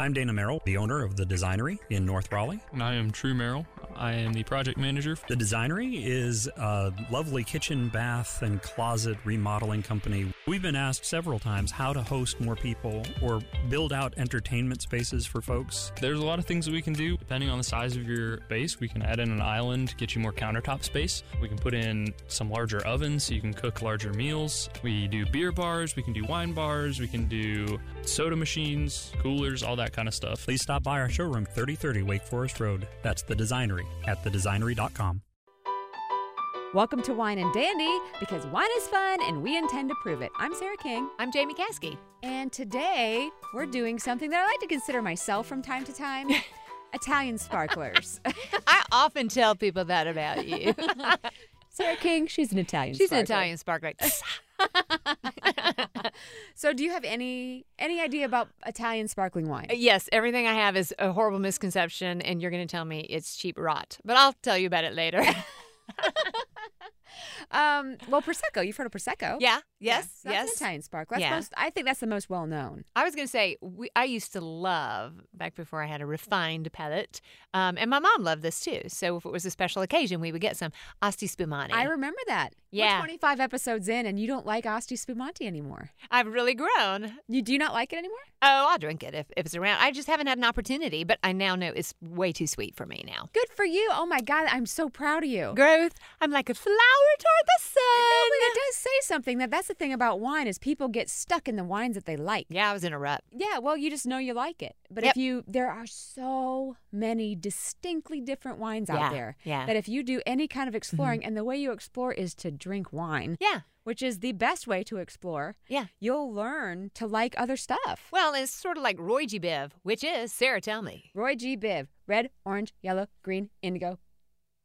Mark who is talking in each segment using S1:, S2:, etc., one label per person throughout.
S1: I'm Dana Merrill, the owner of The Designery in North Raleigh.
S2: And I am True Merrill. I am the project manager.
S1: The Designery is a lovely kitchen, bath, and closet remodeling company. We've been asked several times how to host more people or build out entertainment spaces for folks.
S2: There's a lot of things that we can do depending on the size of your base. We can add in an island to get you more countertop space. We can put in some larger ovens so you can cook larger meals. We do beer bars, we can do wine bars, we can do soda machines, coolers, all that kind of stuff.
S1: Please stop by our showroom, 3030 Wake Forest Road. That's The Designery at thedesignery.com.
S3: Welcome to Wine and Dandy because wine is fun and we intend to prove it. I'm Sarah King.
S4: I'm Jamie Caskey.
S3: And today we're doing something that I like to consider myself from time to time Italian sparklers.
S4: I often tell people that about you.
S3: Sarah King, she's an Italian
S4: She's an
S3: sparkler.
S4: Italian sparkler.
S3: So, do you have any any idea about Italian sparkling wine?
S4: yes, everything I have is a horrible misconception, and you're going to tell me it's cheap rot, but I'll tell you about it later.
S3: Um, well, Prosecco. You've heard of Prosecco.
S4: yeah, yes,
S3: Yeah, That's
S4: yes.
S3: an Italian sparkler. That's
S4: Yeah.
S3: most, I think that's the most well known.
S4: I was going to say, we, I used to love, back before I had a refined palate, um, and my mom loved this too. So if it was a special occasion, we would get some Asti Spumante.
S3: I remember that.
S4: Yeah.
S3: We're 25 episodes in, and you don't like Asti Spumanti anymore.
S4: I've really grown.
S3: You do you not like it anymore?
S4: Oh, I'll drink it if, if it's around. I just haven't had an opportunity, but I now know it's way too sweet for me now.
S3: Good for you. Oh my God, I'm so proud of you.
S4: Growth, I'm like a flower toward the sun.
S3: But it does say something that that's the thing about wine is people get stuck in the wines that they like.
S4: Yeah, I was in a rut.
S3: Yeah, well, you just know you like it. But
S4: Yep.
S3: if you, there are so many distinctly different wines
S4: Yeah,
S3: out there
S4: yeah. Mm-hmm.
S3: that if you do any kind of exploring, and the way you explore is to drink wine,
S4: Yeah,
S3: which is the best way to explore,
S4: yeah.
S3: you'll learn to like other stuff.
S4: Well, it's sort of like Roy G. Biv, which is Sarah. Tell me.
S3: Roy G. Biv, red, orange, yellow, green, indigo,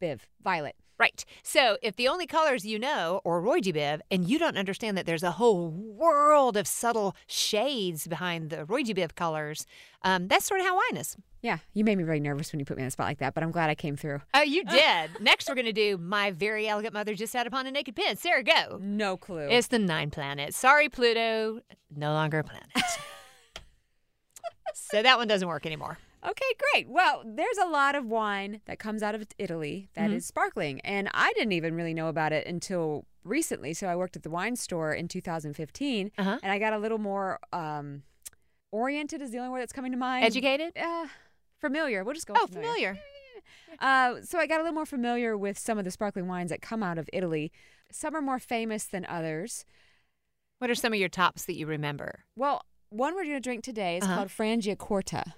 S3: Biv, violet.
S4: Right. So, if the only colors you know are Roy G. Biv, and you don't understand that there's a whole world of subtle shades behind the Roy G. Biv colors, um, that's sort of how wine is.
S3: Yeah, you made me really nervous when you put me on the spot like that, but I'm glad I came through.
S4: Oh, you did. Next, we're going to do My Very Elegant Mother Just Sat Upon a Naked Pin. Sarah, go.
S3: No clue.
S4: It's the nine planet. Sorry, Pluto. No longer a planet. so, that one doesn't work anymore.
S3: Okay, great. Well, there's a lot of wine that comes out of Italy
S4: Mm-hmm.
S3: that is sparkling, and I didn't even really know about it until recently. So I worked at the wine store in 2015,
S4: Uh-huh.
S3: and I got a little more um, oriented is the only word that's coming to mind.
S4: Educated?
S3: Uh, familiar. We'll just go. with
S4: Oh, familiar.
S3: Uh, so I got a little more familiar with some of the sparkling wines that come out of Italy. Some are more famous than others.
S4: What are some of your tops that you remember?
S3: Well, one we're going to drink today is
S4: Uh-huh.
S3: called Frangiacorta.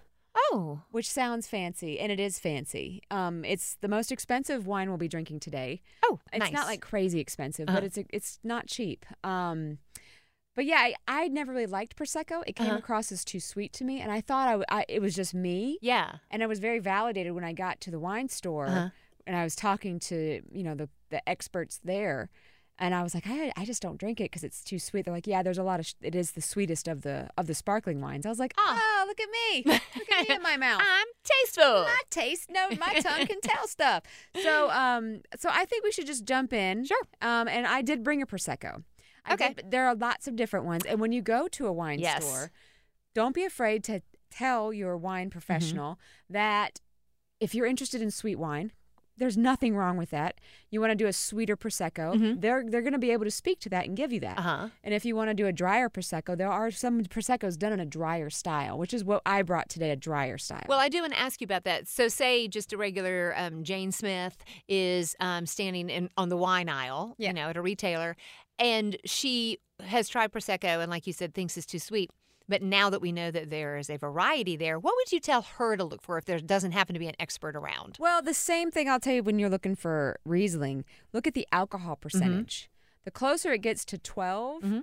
S4: Oh,
S3: which sounds fancy, and it is fancy. Um, it's the most expensive wine we'll be drinking today.
S4: oh,
S3: It's
S4: nice.
S3: not like crazy expensive,
S4: Uh-huh.
S3: but it's it's not cheap. Um, but yeah, I, I never really liked prosecco. It came
S4: Uh-huh.
S3: across as too sweet to me, and I thought I, w- I- it was just me.
S4: yeah,
S3: And I was very validated when I got to the wine store,
S4: Uh-huh.
S3: and I was talking to you know the the experts there. And I was like, I, I just don't drink it because it's too sweet. They're like, yeah, there's a lot of sh- it is the sweetest of the of the sparkling wines. I was like,
S4: Ah.
S3: oh, look at me, look at me in my mouth
S4: I'm tasteful.
S3: my taste no my tongue can tell stuff so um so i think we should just jump in
S4: Sure.
S3: um and i did bring a prosecco I
S4: Okay.
S3: did, but there are lots of different ones and when you go to a wine
S4: Yes.
S3: store don't be afraid to tell your
S4: Mm-hmm.
S3: wine professional that if you're interested in sweet wine there's nothing wrong with that. You want to do a sweeter prosecco, they're they're going to be able to speak to that and give you that.
S4: Mm-hmm. Uh-huh.
S3: And if you want to do a drier prosecco, there are some proseccos done in a drier style, which is what I brought today—a drier style.
S4: Well, I do want to ask you about that. So, say just a regular um, Jane Smith is um, standing in, on the wine aisle,
S3: Yeah.
S4: you know, at a retailer, and she has tried prosecco and, like you said, thinks it's too sweet. But now that we know that there is a variety there, what would you tell her to look for if there doesn't happen to be an expert around?
S3: Well, the same thing I'll tell you when you're looking for Riesling. Look at the alcohol percentage. The closer it gets to 12,
S4: Mhm.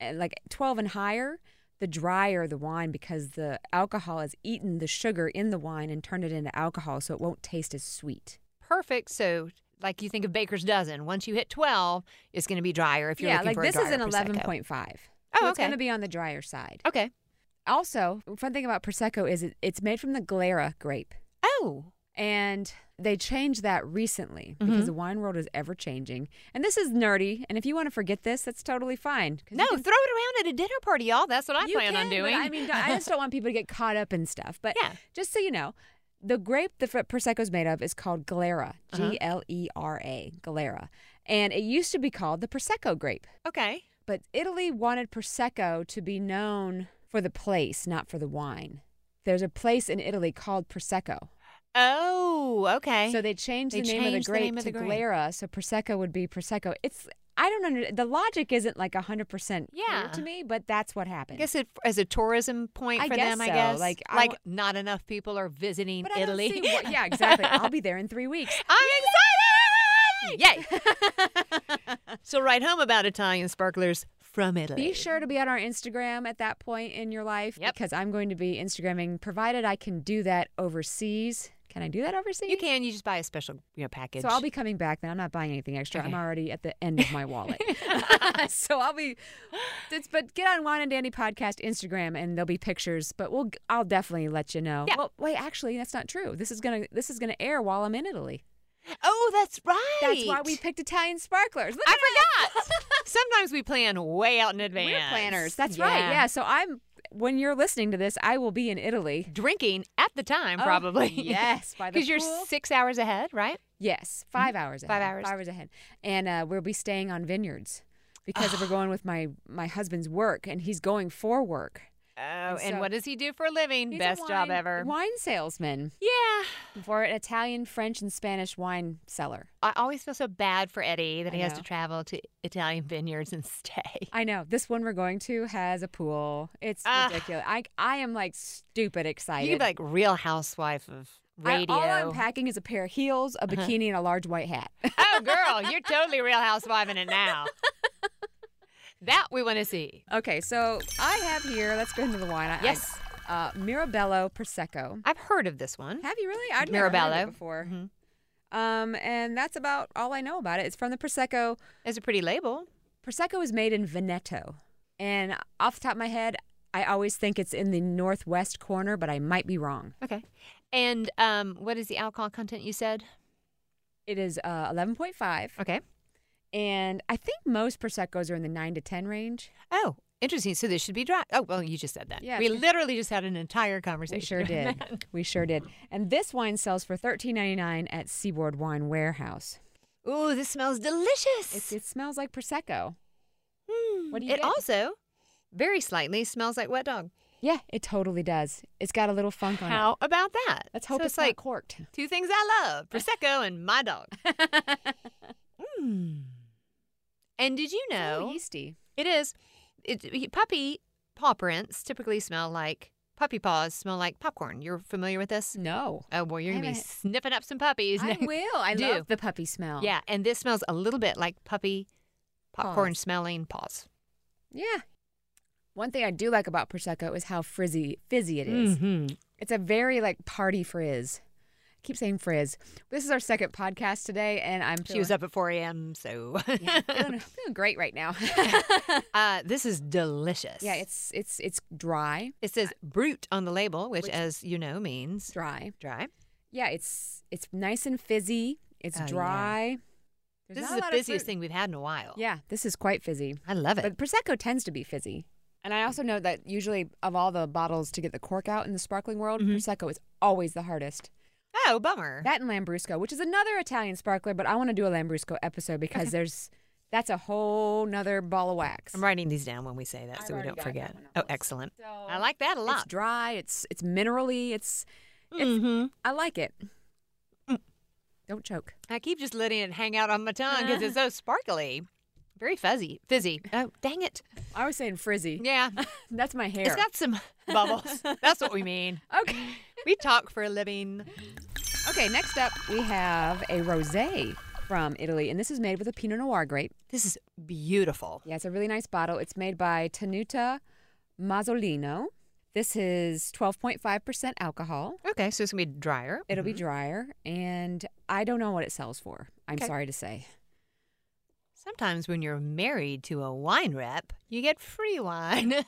S3: and like 12 and higher, the drier the wine because the alcohol has eaten the sugar in the wine and turned it into alcohol so it won't taste as sweet.
S4: Perfect. So, like you think of Baker's dozen, once you hit twelve, it's going to be drier. If you're
S3: yeah,
S4: looking
S3: like
S4: for
S3: this
S4: a
S3: is an
S4: drier Prosecco.
S3: 11.5.
S4: Oh,
S3: so it's
S4: okay.
S3: going to be on the drier side.
S4: Okay.
S3: Also, fun thing about prosecco is it, it's made from the Glera grape.
S4: Oh,
S3: And they changed that recently
S4: Mm-hmm.
S3: because the wine world is ever changing. And this is nerdy. And if you want to forget this, that's totally fine. 'cause you
S4: No, throw
S3: can-
S4: it around at a dinner party, y'all. That's what I
S3: you
S4: plan on
S3: can, but
S4: doing.
S3: I mean, I just don't want people to get caught up in stuff. But
S4: Yeah.
S3: just so you know, the grape the fr- Prosecco's made of is called Galera,
S4: Uh-huh.
S3: G L E R A, Galera. And it used to be called the Prosecco grape.
S4: okay.
S3: But Italy wanted Prosecco to be known for the place, not for the wine. There's a place in Italy called Prosecco.
S4: Oh, okay.
S3: So they changed
S4: They
S3: the name of
S4: changed
S3: the
S4: the
S3: grape
S4: name of
S3: to
S4: the grape.
S3: Glera, so Prosecco would be Prosecco. It's I don't under the logic isn't like hundred percent
S4: Yeah.
S3: clear to me, but that's what happened.
S4: I guess it, as a tourism point
S3: I
S4: for
S3: guess
S4: them, I
S3: so.
S4: guess.
S3: Like, I
S4: like
S3: wa-
S4: not enough people are visiting
S3: but I don't
S4: Italy.
S3: see what- yeah, exactly. I'll be there in three weeks.
S4: I'm excited! Yay! so write home about Italian sparklers from Italy.
S3: Be sure to be on our Instagram at that point in your life
S4: Yep.
S3: because I'm going to be Instagramming, provided I can do that overseas. Can I do that overseas?
S4: You can. You just buy a special you know, package.
S3: So I'll be coming back then. I'm not buying anything extra. I'm
S4: Okay.
S3: already at the end of my wallet. so I'll be it's, but get on Wine and Dandy podcast Instagram and there'll be pictures, but we'll I'll definitely let you know.
S4: Yeah.
S3: Well, wait, actually that's not true. This is going to this is going to air while I'm in Italy.
S4: Oh, that's right.
S3: That's why we picked Italian sparklers. Look
S4: I
S3: at us.
S4: forgot. Sometimes we plan way out in advance.
S3: We're planners. That's right. Yeah, so I'm when you're listening to this, I will be in Italy.
S4: Drinking at the time,
S3: Oh,
S4: probably.
S3: yes, by the
S4: Because you're
S3: pool.
S4: six hours ahead, right?
S3: Yes, 5 hours ahead.
S4: Mm-hmm. Five hours.
S3: 5 hours ahead. And uh, we'll be staying on vineyards because we're going with my my husband's work and he's going for work.
S4: Oh, and,
S3: so-
S4: what does he do for a living?
S3: He's a
S4: Best job
S3: wine-
S4: ever.
S3: Wine salesman
S4: Yeah.
S3: for an Italian, French, and Spanish wine seller.
S4: I always feel so bad for Eddie that
S3: I
S4: he has
S3: know.
S4: to travel to Italian vineyards and stay.
S3: I know this one we're going to has a pool. It's
S4: Ah.
S3: ridiculous. I I am like stupid excited.
S4: You could be like real housewife of
S3: I-
S4: radio. Uh-huh.
S3: all I'm packing is a pair of heels, a bikini, and a large white hat.
S4: oh, girl, you're totally real housewiving it now. that we want to see.
S3: okay, so I have here. Let's go into the wine. I- I-
S4: Yes.
S3: uh, Mirabello Prosecco.
S4: I've heard of this one.
S3: Have you really? I'd never heard of it
S4: Mirabello. Mm-hmm.
S3: before. Um, and that's about all I know about it. It's from the Prosecco.
S4: It's a pretty label.
S3: Prosecco is made in Veneto. And off the top of my head, I always think it's in the northwest corner, but I might be wrong.
S4: Okay. And um, what is the alcohol content you said?
S3: It is uh, 11.5.
S4: Okay.
S3: And I think most Proseccos are in the 9 to 10 range.
S4: Oh, interesting. So this should be dry. Oh, well, you just said that.
S3: Yeah,
S4: we
S3: it's-
S4: literally just had an entire
S3: We
S4: conversation.
S3: sure
S4: on
S3: did.
S4: that.
S3: we sure did. And this wine sells for $13.99 at Seaboard Wine Warehouse.
S4: Ooh, this smells delicious.
S3: It, it smells like Prosecco.
S4: Hmm.
S3: What do you
S4: it
S3: get?
S4: also, very slightly, smells like wet dog.
S3: Yeah, it totally does. It's got a little funk on it.
S4: How about that?
S3: Let's hope
S4: So
S3: it's,
S4: it's like
S3: not corked.
S4: two things I love: prosecco and my dog. Mm. And did you
S3: Hmm. It's a little
S4: know
S3: yeasty.
S4: it is it, puppy paw prints typically smell like puppy paws smell like popcorn. You're familiar with
S3: Mm.
S4: this?
S3: No.
S4: Oh well, you're gonna be
S3: Haven't-
S4: sniffing up some puppies.
S3: I
S4: next-
S3: will. I
S4: Do.
S3: love the puppy smell.
S4: Yeah, and this smells a little bit like puppy popcorn
S3: Paws.
S4: smelling paws.
S3: Yeah. One thing I do like about prosecco is how frizzy, fizzy it
S4: Mm.
S3: is.
S4: Mm-hmm.
S3: It's a very like party frizz. I keep saying frizz. This is our second podcast today, and I'm
S4: She was up at 4 a.m. So
S3: feeling, feeling great right now.
S4: uh, this is delicious.
S3: yeah, it's it's it's dry,
S4: it says brute on the label, which, as you know, means
S3: dry.
S4: dry.
S3: Yeah, it's it's nice and fizzy. It's
S4: Oh, yeah.
S3: dry. There's
S4: this
S3: not
S4: is
S3: a
S4: the
S3: lot of
S4: busiest
S3: fruit.
S4: thing we've had in a while.
S3: Yeah, this is quite fizzy.
S4: I love it.
S3: But prosecco tends to be fizzy. And I also know that usually of all the bottles to get the cork out in the sparkling world, prosecco is always the hardest.
S4: oh, bummer.
S3: That and Lambrusco, which is another Italian sparkler, but I want to do a Lambrusco episode because there's that's a whole nother ball of wax.
S4: I'm writing these down when we say that
S3: I've
S4: so we
S3: already
S4: don't
S3: got that
S4: forget.
S3: one on
S4: Oh,
S3: the
S4: excellent.
S3: So
S4: I like that a
S3: It's
S4: lot.
S3: dry. It's it's minerally. It's
S4: Mhm.
S3: I like it. Don't choke.
S4: I keep just letting it hang out on my tongue because it's so sparkly. Very fuzzy, fizzy. Oh, dang it.
S3: I was saying frizzy.
S4: Yeah.
S3: That's my hair.
S4: It's got some bubbles. That's what we mean.
S3: okay.
S4: We talk for a living.
S3: Okay. Next up, we have a rosé from Italy, and this is made with a Pinot Noir grape.
S4: This is beautiful.
S3: Yeah, it's a really nice bottle. It's made by Tenuta Mazzolino. This is 12.5% alcohol.
S4: Okay, so it's gonna be drier. Mm-hmm.
S3: It'll be drier, and I don't know what it sells for. I'm
S4: Okay.
S3: sorry to say.
S4: Sometimes when you're married to a wine rep, you get free wine.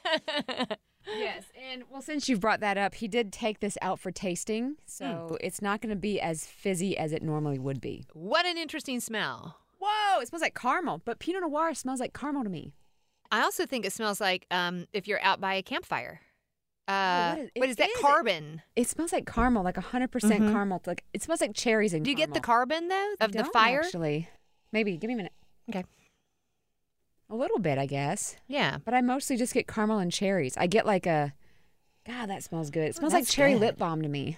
S3: Yes, and well, since you've brought that up, he did take this out for tasting, so it's not going to be as fizzy as it normally would be.
S4: What an interesting smell.
S3: Whoa, it smells like caramel, but Pinot Noir smells like caramel to me.
S4: I also think it smells like um, if you're out by a campfire. Uh,
S3: Oh, what is-
S4: what
S3: it
S4: is that
S3: is-
S4: carbon?
S3: It smells like caramel, like 100% caramel. Like it smells like cherries and
S4: Do you get the
S3: caramel.
S4: carbon though
S3: I
S4: of the
S3: don't,
S4: fire?
S3: Actually, maybe give me a minute.
S4: Okay.
S3: A little bit, I guess.
S4: Yeah.
S3: But I mostly just get caramel and cherries. I get like a God, that smells good. It
S4: Oh,
S3: smells like
S4: that's
S3: cherry
S4: good.
S3: lip balm to me.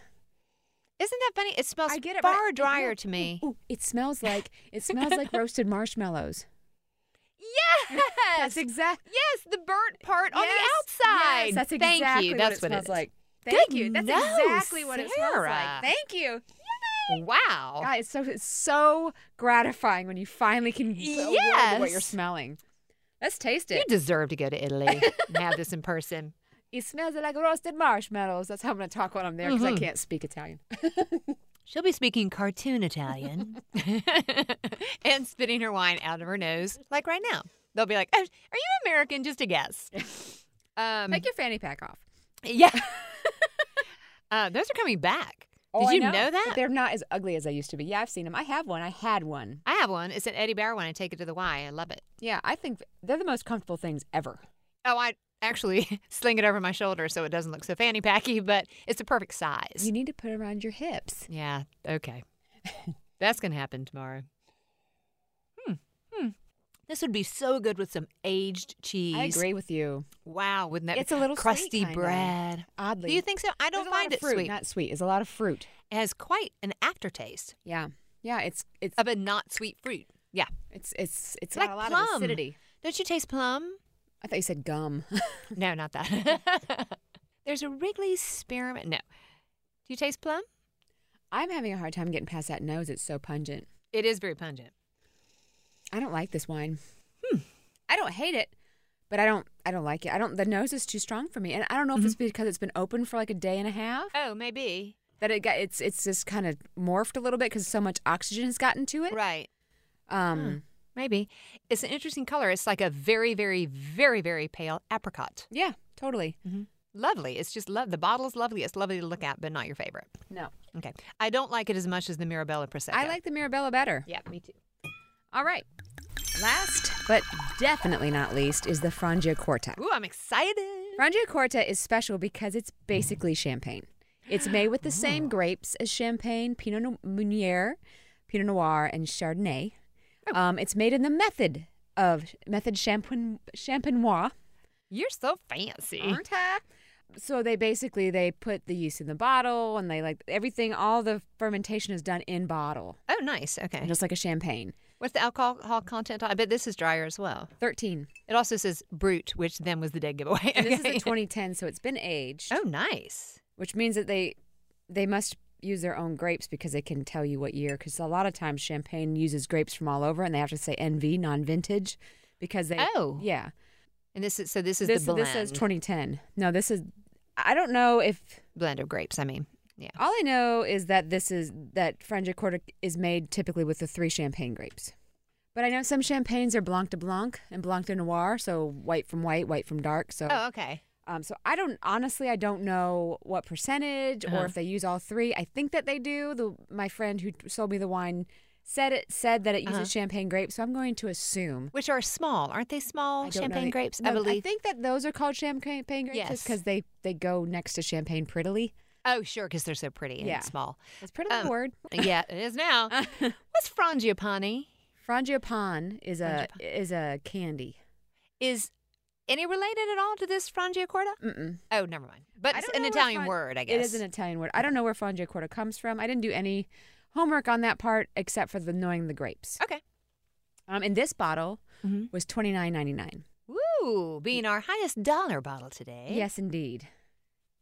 S4: Isn't that funny? It smells
S3: I get it but
S4: far
S3: it-
S4: drier
S3: yeah,
S4: to
S3: ooh,
S4: me.
S3: Ooh, it smells like it smells like roasted marshmallows.
S4: Yes.
S3: That's exactly
S4: Yes, the burnt part on
S3: Yes,
S4: the outside.
S3: Yes, that's
S4: Thank
S3: exactly
S4: you.
S3: what
S4: That's
S3: it smells
S4: is.
S3: like.
S4: Good
S3: Thank you. That's
S4: nose,
S3: exactly what it smells
S4: Sarah. Oh.
S3: like. Thank you.
S4: Wow.
S3: God, it's so it's so gratifying when you finally can put a word to what you're
S4: Yes.
S3: smelling. Let's taste
S4: You
S3: it.
S4: deserve to go to Italy and have this in person.
S3: It smells like roasted marshmallows. That's how I'm going to talk when I'm there because
S4: Mm-hmm.
S3: I can't speak Italian.
S4: She'll be speaking cartoon Italian and spitting her wine out of her nose, like right now. They'll be like, oh, "Are you American?" Just a guess. Um,
S3: Take your fanny pack off.
S4: yeah, uh, those are coming back. Did
S3: Oh, I
S4: you Oh, know,
S3: but
S4: that?
S3: They're not as ugly as they used to be. Yeah, I've seen them. I have one. I had one.
S4: I have one. It's an Eddie Bauer one. I take it to the Y. I love it.
S3: Yeah, I think they're the most comfortable things ever.
S4: Oh, I actually sling it over my shoulder so it doesn't look so fanny packy, but it's the perfect size.
S3: You need to put it around your hips.
S4: Yeah. Okay. That's gonna happen tomorrow. Hmm. Hmm. This would be so good with some aged cheese.
S3: I agree with you.
S4: Wow, wouldn't that
S3: It's
S4: be
S3: a little sweet,
S4: crusty
S3: kinda.
S4: bread?
S3: Oddly,
S4: Do you think so?
S3: There's
S4: I don't
S3: a lot
S4: find
S3: of
S4: it
S3: fruit,
S4: sweet.
S3: Not sweet. It's a lot of fruit.
S4: it has quite an aftertaste
S3: Yeah, yeah. It's it's
S4: of a not sweet fruit. Yeah,
S3: it's it's it's
S4: like
S3: got a lot
S4: plum.
S3: of acidity.
S4: Don't you taste plum?
S3: I thought you said gum.
S4: No, not that. There's a Wrigley's spearmint. No, do you taste plum?
S3: I'm having a hard time getting past that nose. It's so pungent.
S4: It is very pungent.
S3: I don't like this wine.
S4: Hmm.
S3: I don't hate it, but I don't I don't like it. I don't. The nose is too strong for me, and I don't know
S4: Mm-hmm.
S3: if it's because it's been open for like a day and a half
S4: Oh, maybe.
S3: that it got it's it's just kind of morphed a little bit because so much oxygen has gotten to it.
S4: Right.
S3: Um.
S4: Maybe. It's an interesting color. It's like a very, very, very, very pale apricot.
S3: Yeah. Totally.
S4: Lovely. It's just love. The bottle is lovely. It's lovely to look at, but not your favorite.
S3: No.
S4: Okay. I don't like it as much as the Mirabella Prosecco.
S3: I like the Mirabella better.
S4: Yeah, me too.
S3: All right. Last, but definitely not least, is the Frangiocorta.
S4: Ooh, I'm excited.
S3: Frangiocorta is special because it's basically champagne. It's made
S4: Ah.
S3: with the same grapes as champagne, Pinot No- Meunier, Pinot Noir, and Chardonnay.
S4: Oh.
S3: Um, it's made in the method of method champagne, champenois.
S4: You're so fancy.
S3: So they basically they put the yeast in the bottle and they like everything. All the fermentation is done in bottle,
S4: Oh, nice. Okay.
S3: just like a champagne.
S4: What's the alcohol content? I bet this is drier as well.
S3: Thirteen.
S4: It also says brute, which then was the dead giveaway.
S3: And this is the
S4: Okay.
S3: 2010, so it's been aged.
S4: Oh, nice.
S3: which means that they they must use their own grapes because they can tell you what year because a lot of times champagne uses grapes from all over and they have to say nv non-vintage because they
S4: Oh.
S3: yeah
S4: And this is so this is
S3: this,
S4: the blend.
S3: this says 2010 no this is i don't know if
S4: blend of grapes. I mean, yeah.
S3: all i know is that this is that frangicorta is made typically with the three champagne grapes but i know some champagnes are blanc de blanc and blanc de noir so white from white white from dark so
S4: Oh, okay.
S3: Um, so I don't honestly, I don't know what percentage
S4: Uh-huh.
S3: or if they use all three. I think that they do. The my friend who sold me the wine said it said that it uses
S4: Uh-huh.
S3: champagne grapes, so I'm going to assume.
S4: Which are small, aren't they?
S3: I
S4: Small
S3: don't know
S4: champagne
S3: the-
S4: grapes, I
S3: no,
S4: believe.
S3: think that those are called champagne grapes
S4: Yes.
S3: because they they go next to champagne prettily.
S4: Oh, sure, because they're so pretty and
S3: Yeah. Uh,
S4: small.
S3: It's a pretty little
S4: Um,
S3: word.
S4: yeah, it is now. What's frangipani?
S3: Frangipane is a is a candy.
S4: Is any related at all to this frangiacorta?
S3: Mm-mm.
S4: Oh, never mind. But
S3: I
S4: it's
S3: don't
S4: an
S3: know where
S4: Italian
S3: fran-
S4: word, I guess.
S3: It is an Italian word. I don't know where frangiacorta comes from. I didn't do any homework on that part except for the knowing the grapes.
S4: Okay.
S3: Um, and this bottle
S4: Mm-hmm.
S3: was twenty nine ninety nine.
S4: Woo! Being our highest dollar bottle today.
S3: Yes, indeed.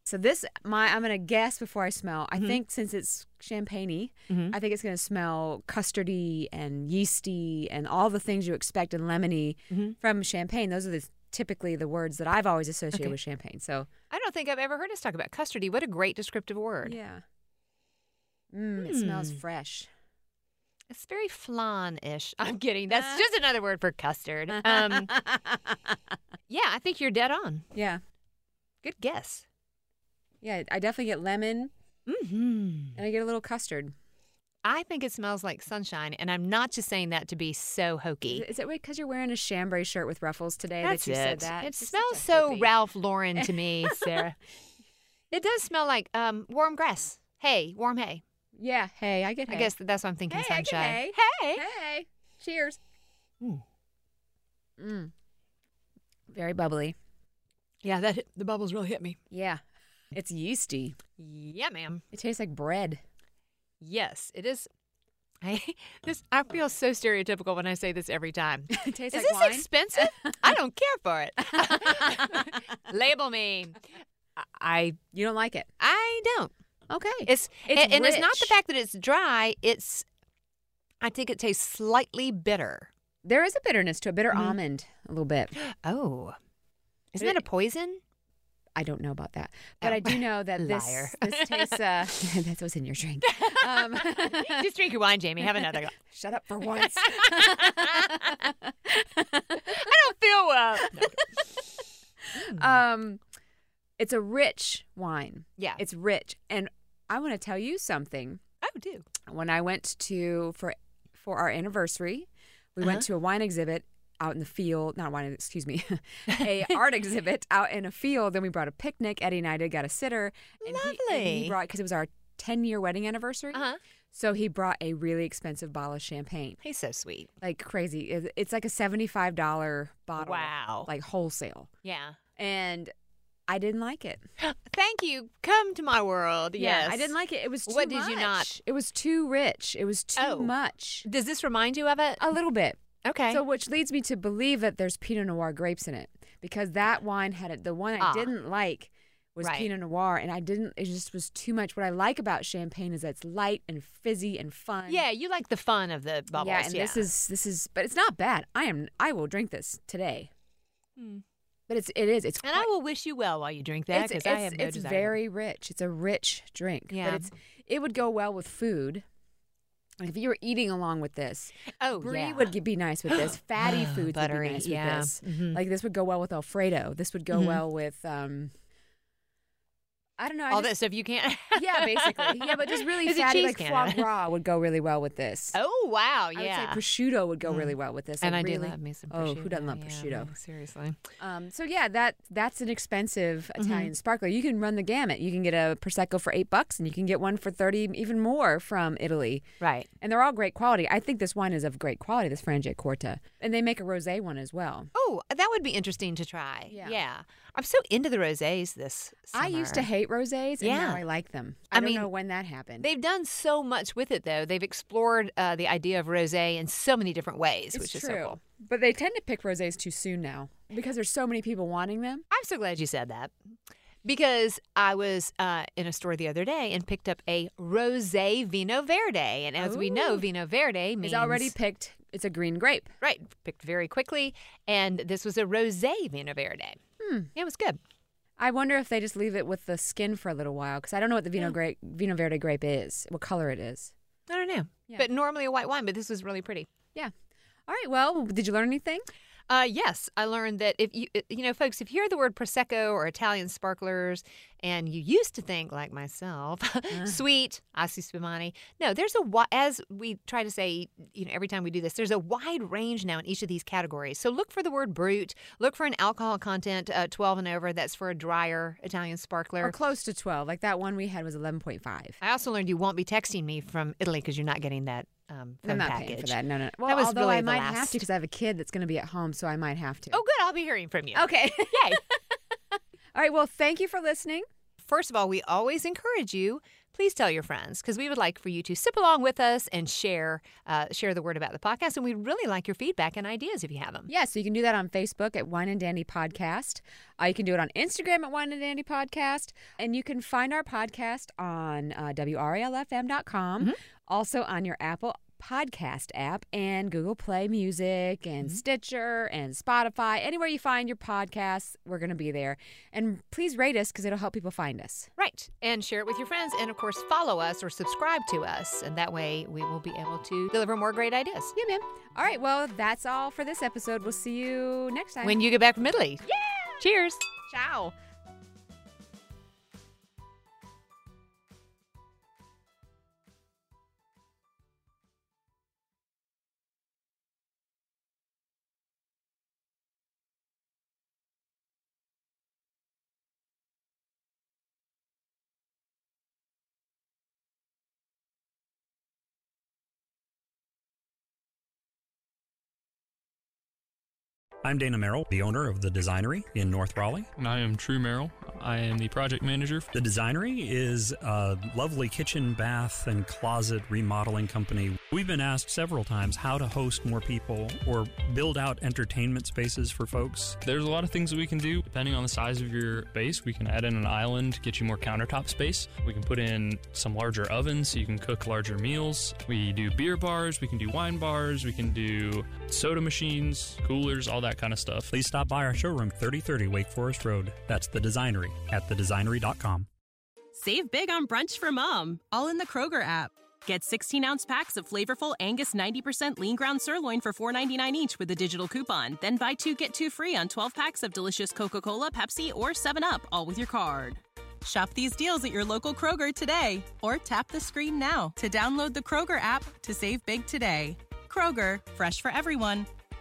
S3: So this, my, I'm gonna guess before I smell. I
S4: Mhm.
S3: think since it's champagne
S4: Mhm.
S3: I think it's gonna smell custardy and yeasty and all the things you expect in lemony
S4: Mhm.
S3: from champagne. Those are the, typically the words that I've always associated
S4: Okay.
S3: with champagne. So
S4: I don't think I've ever heard us talk about custardy. What a great descriptive word.
S3: yeah, mm, it smells
S4: Hmm.
S3: fresh.
S4: It's very flan ish. I'm kidding. That's just
S3: Uh-huh.
S4: another Um, word for custard. Um, yeah, I think you're dead on.
S3: Yeah,
S4: Good guess.
S3: Yeah, I definitely get lemon
S4: Mm-hmm.
S3: and I get a little custard.
S4: I think it smells like sunshine, and I'm not just saying that to be so
S3: Is
S4: hokey.
S3: it- Is it because you're wearing a chambray shirt with ruffles today that you said that?
S4: It
S3: You're such
S4: smells
S3: a
S4: so
S3: hippie.
S4: Ralph Lauren to me, Sarah. it does smell like um, warm grass. Hay, warm hay.
S3: Yeah. Hey, I get. Hay.
S4: I guess that- that's what I'm thinking.
S3: Hey, I get
S4: sunshine.
S3: hay.
S4: Hey.
S3: Hey. Cheers.
S4: Ooh.
S3: Mm. Very bubbly.
S4: Yeah, that hit, the bubbles really hit me.
S3: Yeah. It's yeasty.
S4: Yeah, ma'am.
S3: It tastes like bread.
S4: Yes, it is. I, this I feel so stereotypical when I say this every time.
S3: it tastes like
S4: is this
S3: wine.
S4: expensive? I don't care for it. Label me. I
S3: you don't like it.
S4: I don't.
S3: Okay.
S4: It's,
S3: It's
S4: and, and it's not the
S3: rich.
S4: fact that it's dry. It's I think it tastes slightly bitter.
S3: there is a bitterness to it, bitter almond, a little bit.
S4: Oh, isn't
S3: But
S4: that a poison?
S3: I don't know about that, but
S4: Oh.
S3: I do know that this
S4: Liar.
S3: this tastes. Uh, that's what's in your drink. Um,
S4: Just drink your wine, Jamie. Have another. glass.
S3: shut up for once.
S4: I don't feel well.
S3: um, it's a rich wine.
S4: Yeah.
S3: It's rich, and I want to tell you something.
S4: oh, do.
S3: When I went to for for our anniversary, we went
S4: Uh-huh.
S3: to a wine exhibit out in the field. Not a wine, excuse me, a art exhibit out in a field. Then we brought a picnic. Eddie and I did got a sitter. And he- and He,
S4: Lovely.
S3: brought because it was our ten year wedding anniversary.
S4: Uh huh.
S3: So he brought a really expensive bottle of champagne,
S4: He's so sweet.
S3: like crazy. It- It's like a seventy five dollar bottle.
S4: Wow.
S3: Like wholesale
S4: Yeah.
S3: and I didn't like it.
S4: Thank you. Come to my world. yes.
S3: I didn't like it. It was too
S4: What did you not-
S3: much. It was too rich. It was too
S4: Oh.
S3: much.
S4: Does this remind you of it?
S3: A little bit.
S4: Uh, Okay.
S3: So, which leads me to believe that there's Pinot Noir grapes in it because that wine had it. The one I
S4: Ah.
S3: didn't like was
S4: Right.
S3: Pinot Noir, and I didn't. It just was too much. What I like about champagne is that it's light and fizzy and fun.
S4: yeah, you like the fun of the bubbles.
S3: yeah. And this is this is, but it's not bad. I am. I will drink this today.
S4: Hmm.
S3: But it's it is it's
S4: And
S3: quite-
S4: I will wish you well while you drink that
S3: it's,
S4: because I
S3: it's-
S4: have no
S3: it's
S4: desire.
S3: very rich. It's a rich drink.
S4: Yeah.
S3: But it's it would go well with food. Like, if you were eating along with this,
S4: oh,
S3: brie
S4: yeah.
S3: would be nice with this. Fatty foods would
S4: Buttery,
S3: be nice
S4: yeah.
S3: with this.
S4: Mhm.
S3: Like this would go well with Alfredo. This would go
S4: Mhm.
S3: well with um I don't know. I
S4: all that
S3: just-
S4: stuff you can't.
S3: Yeah, basically. Yeah, but just really
S4: It's a
S3: fatty
S4: cheese
S3: like foie
S4: can.
S3: gras would go really well with this.
S4: Oh wow,
S3: I would say
S4: yeah.
S3: prosciutto would go
S4: Mm.
S3: really well with this.
S4: and I
S3: like,
S4: do
S3: really-
S4: love me some prosciutto.
S3: Oh, who doesn't love
S4: yeah,
S3: prosciutto?
S4: like, seriously.
S3: Um, so yeah, that that's an expensive
S4: Mm-hmm.
S3: Italian sparkler. You can run the gamut. You can get a prosecco for eight bucks, and you can get one for thirty, even more from Italy.
S4: Right.
S3: And they're all great quality. I think this wine is of great quality. This Frangiacorta, and they make a rosé one as well.
S4: Oh, that would be interesting to try.
S3: Yeah.
S4: I'm so into the rosés this
S3: I used to
S4: summer.
S3: hate rosés, and
S4: Yeah.
S3: now I like them. I,
S4: I
S3: don't
S4: mean,
S3: know when that happened.
S4: They've done so much with it, though. They've explored uh, the idea of rosé in so many different ways,
S3: it's
S4: which
S3: true,
S4: is so cool.
S3: but they tend to pick rosés too soon now because there's so many people wanting them.
S4: I'm so glad you said that because I was uh, in a store the other day and picked up a rosé vino verde, and as we know,
S3: Ooh.
S4: vino verde
S3: It's
S4: means
S3: already picked. It's a green grape.
S4: right picked very quickly, and this was a rosé vino verde.
S3: Hmm.
S4: It was good.
S3: I wonder if they just leave it with the skin for a little while because I don't know what the Vino,
S4: Yeah.
S3: grape, Vino Verde grape is, what color it is.
S4: I don't know,
S3: Yeah.
S4: but normally a white wine, but this was really pretty.
S3: Yeah. All right. Well, did you learn anything?
S4: Uh, yes, I learned that if you, uh, you know, folks, if you hear the word prosecco or Italian sparklers, and you used to think like myself, sweet, assi spumani. No, there's a wi- as we try to say, you know, every time we do this, there's a wide range now in each of these categories. So look for the word brut. Look for an alcohol content uh, 12 and over. That's for a drier Italian sparkler.
S3: Or close to 12. Like that one we had was 11.5.
S4: I also learned you won't be texting me from Italy because you're not getting that um,
S3: I'm
S4: phone
S3: not
S4: package.
S3: paying for that. No, no. no. Well,
S4: That was
S3: although
S4: really
S3: I
S4: the
S3: might have to
S4: last.
S3: because I have a kid that's going to be at home, so I might have to.
S4: Oh, good. I'll be hearing from you.
S3: okay.
S4: Yay.
S3: All right. Well, thank you for listening.
S4: First of all, we always encourage you. Please tell your friends because we would like for you to sip along with us and share uh, share the word about the podcast. And we'd really like your feedback and ideas if you have them.
S3: Yeah, so you can do that on Facebook at Wine and Dandy Podcast. Uh, you can do it on Instagram at Wine and Dandy Podcast. And you can find our podcast on uh, WRALFM.com, also on your Apple Podcast app and Google Play Music and Stitcher and Spotify. Anywhere you find your podcasts, we're going to be there. And please rate us because it'll help people find us.
S4: Right. And share it with your friends. And of course, follow us or subscribe to us. And that way we will be able to deliver more great ideas
S3: Yeah, ma'am. All right, well, that's all for this episode. We'll see you next time.
S4: when you get back from Italy. Yeah. Cheers.
S3: Ciao.
S1: I'm Dana Merrill, the owner of The Designery in North Raleigh.
S2: And I am True Merrill. I am the project manager.
S1: The Designery is a lovely kitchen, bath, and closet remodeling company. We've been asked several times how to host more people or build out entertainment spaces for folks.
S2: There's a lot of things that we can do depending on the size of your base. We can add in an island, get you more countertop space. We can put in some larger ovens so you can cook larger meals. We do beer bars, we can do wine bars, we can do soda machines, coolers, all that kind of stuff.
S1: Please stop by our showroom, 3030 Wake Forest Road. That's The Designery at thedesignery.com.
S5: Save big on brunch for mom, all in the Kroger app. Get 16 ounce packs of flavorful Angus 90% lean ground sirloin for $4.99 each with a digital coupon. Then buy two get two free on 12 packs of delicious Coca Cola, Pepsi, or 7UP, all with your card. Shop these deals at your local Kroger today or tap the screen now to download the Kroger app to save big today. Kroger, fresh for everyone.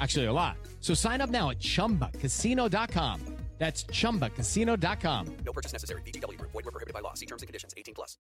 S6: Actually, a lot. So sign up now at chumbacasino.com. That's chumbacasino.com.
S7: No purchase necessary. VGW Group. Void were prohibited by law. See terms and conditions. 18 plus.